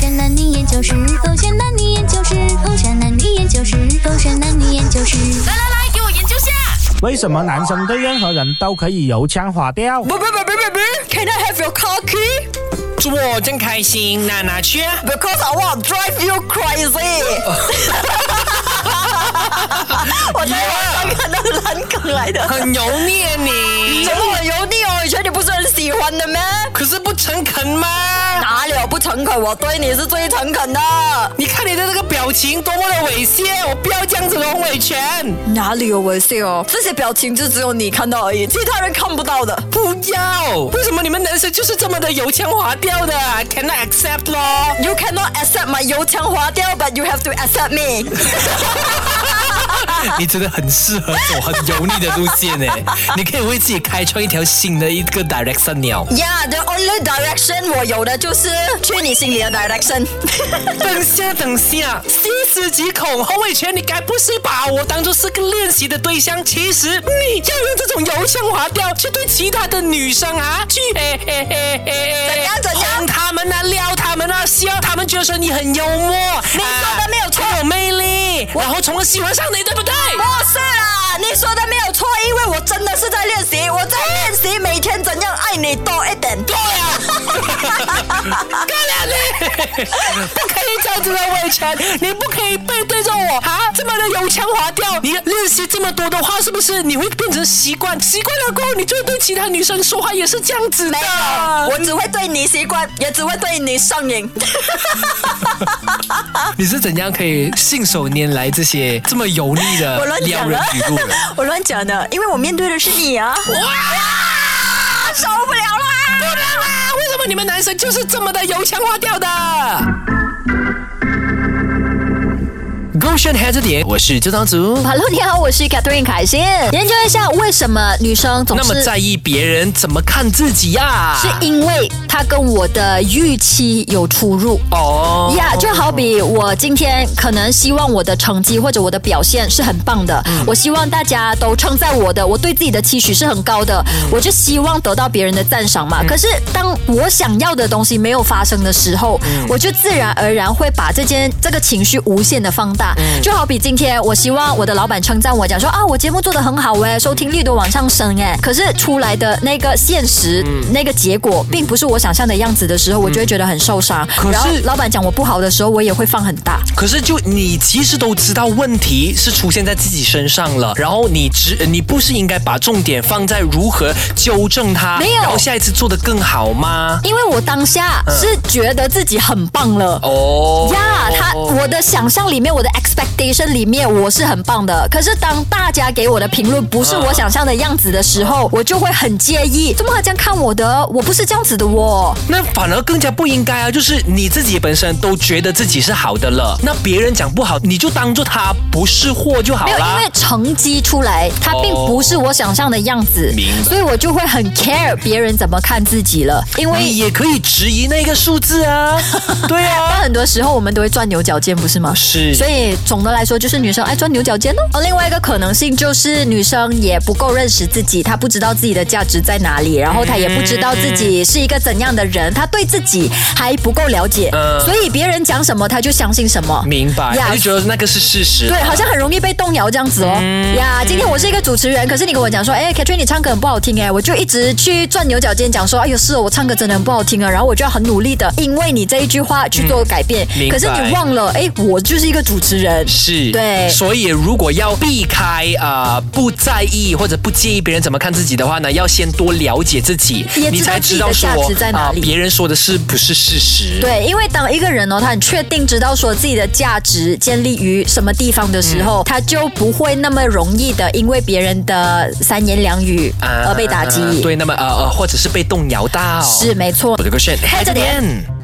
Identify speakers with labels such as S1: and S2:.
S1: 山男女研究室，风山男女研究室，风山男女研究室，风山男女研究室。
S2: 来来来，给我研究下。
S3: 为什么男生对任何人都可以油腔滑调？
S4: 不不不不不不，Can I have your car key?
S5: 祝我真开心，娜娜去啊！
S4: Because I want to drive you crazy. 我才刚看到烂梗来的，
S5: 很油腻啊你
S4: 怎，么很油腻哦？以前你不是很喜欢的咩？
S5: 可是不诚恳吗？
S4: 哪里有不诚恳？我对你是最诚恳的。
S5: 你看你的这个表情多么的猥亵，我不要这样子的红尾拳。
S4: 哪里有猥亵哦？这些表情就只有你看到而已，其他人看不到的。
S5: 不要！为什么你们男生就是这么的油腔滑调的？Cannot accept 咯。
S4: You cannot accept my 油腔滑调，but you have to accept me
S5: 你真的很适合走很油腻的路线呢，欸你可以为自己开创一条新的一个 direction 鸟。
S4: Yeah, the only direction 我有的就是去你心里的 direction。
S5: 等下，等下，细思极恐，后卫拳，你该不是把我当做是个练习的对象？其实你要用这种油腔滑调去对其他的女生啊，去诶诶诶诶
S4: 怎样怎样
S5: 哄他们啊，撩他们啊，笑他们，觉得说你很幽默，你
S4: 说的没有错
S5: 很有魅力，然后从而喜欢上你，对不对？
S4: 不是啦，你说的没有错，因为我真的是在练习，我在练习每天怎样爱你多一点。对啊，
S5: 不可以这样子的维权，你不可以背对着我啊，这么的油腔滑调。你练习这么多的话，是不是你会变成习惯？习惯了过后，你就对其他女生说话也是这样子的
S4: 没。
S6: 啊
S4: 有，我只会对你习惯，也只会对你上瘾。
S5: 你是怎样可以信手拈来这些这么油腻的
S4: 我乱讲
S5: 撩
S4: 的
S5: 人语 录的？
S4: 我乱讲的，因为我面对的是你啊。哇，受不了啦！
S5: 不能啊！为什么你们男生就是这么的油腔滑调的？Goshen 还是点，我是周长竹。
S6: Hello，你好，我是 Catherine 凯欣。研究一下为什么女生总
S5: 那么
S6: 是
S5: 在意别人怎么看自己呀、
S6: 是因为她跟我的预期有出入。
S5: 哦
S6: 呀就好比我今天可能希望我的成绩或者我的表现是很棒的，我希望大家都称赞我的，我对自己的期许是很高的，我就希望得到别人的赞赏嘛。可是当我想要的东西没有发生的时候，我就自然而然会把这件这个情绪无限的放大。就好比今天我希望我的老板称赞我，讲说啊，我节目做得很好哎，收听率都往上升哎，可是出来的那个现实、那个结果，并不是我想象的样子的时候，我就会觉得很受伤。
S5: 是
S6: 然后老板讲我不好的时候，我也会放很大。
S5: 可是就你其实都知道问题是出现在自己身上了，然后你只你不是应该把重点放在如何纠正它，
S6: 没有
S5: 然后下一次做得更好吗？
S6: 因为我当下是觉得自己很棒了。
S5: 嗯哦
S6: 呀他我的想象里面，我的 expectation 里面，我是很棒的。可是当大家给我的评论不是
S5: 嗯
S6: 我想象的样子的时候，我就会很介意。怎么还这样看我的？我不是这样子的哦。
S5: 那反而更加不应该啊！就是你自己本身都觉得自己是好的了，那别人讲不好，你就当做他不是货就好
S6: 没有，因
S5: 啦
S6: 为。成绩出来，它并不是我想象的样子，
S5: 哦明白
S6: 所以我就会很 care 别人怎么看自己了。因
S5: 你
S6: 为
S5: 也可以质疑那个数字 啊，对啊
S6: 但。很多时候我们都会钻牛角尖，不是吗？
S5: 是
S6: 所以总的来说，就是女生爱钻牛角尖哦。而另外一个可能性就是女生也不够认识自己，她不知道自己的价值在哪里，然后她也不知道自己是一个怎样的人，她对自己还不够了解，
S5: 嗯
S6: 所以别人讲什么她就相信什么。
S5: 明白，
S6: 呀
S5: 我就觉得那个是事实。
S6: 对，好像很容易被动摇这样子哦。
S5: 嗯
S6: 呀、今天我是一个主持人，可是你跟我讲说，哎，Katrin 你唱歌很不好听哎，我就一直去钻牛角尖，讲说，哎呦，是哦，我唱歌真的很不好听啊。然后我就要很努力的，因为你这一句话去做改变。
S5: 嗯明白
S6: 可是你忘了，哎，我就是一个主持人。
S5: 是，
S6: 对
S5: 所以如果要避开啊、呃不在意或者不介意别人怎么看自己的话呢，要先多了解自己，
S6: 也
S5: 你
S6: 知道
S5: 才
S6: 自己
S5: 知道
S6: 的
S5: 说呃
S6: 价值在哪里
S5: 别人说的是不是事实。。
S6: 对，因为当一个人哦，他很确定知道说自己的价值建立于什么地方的时
S5: 嗯
S6: 候，他就不会那么容易的因为别人的三言两语
S5: 啊
S6: 而被打击。
S5: 对，那么呃呃，或者是被动摇到，
S6: 是没错
S5: 我。的个 s
S6: 看着点
S5: n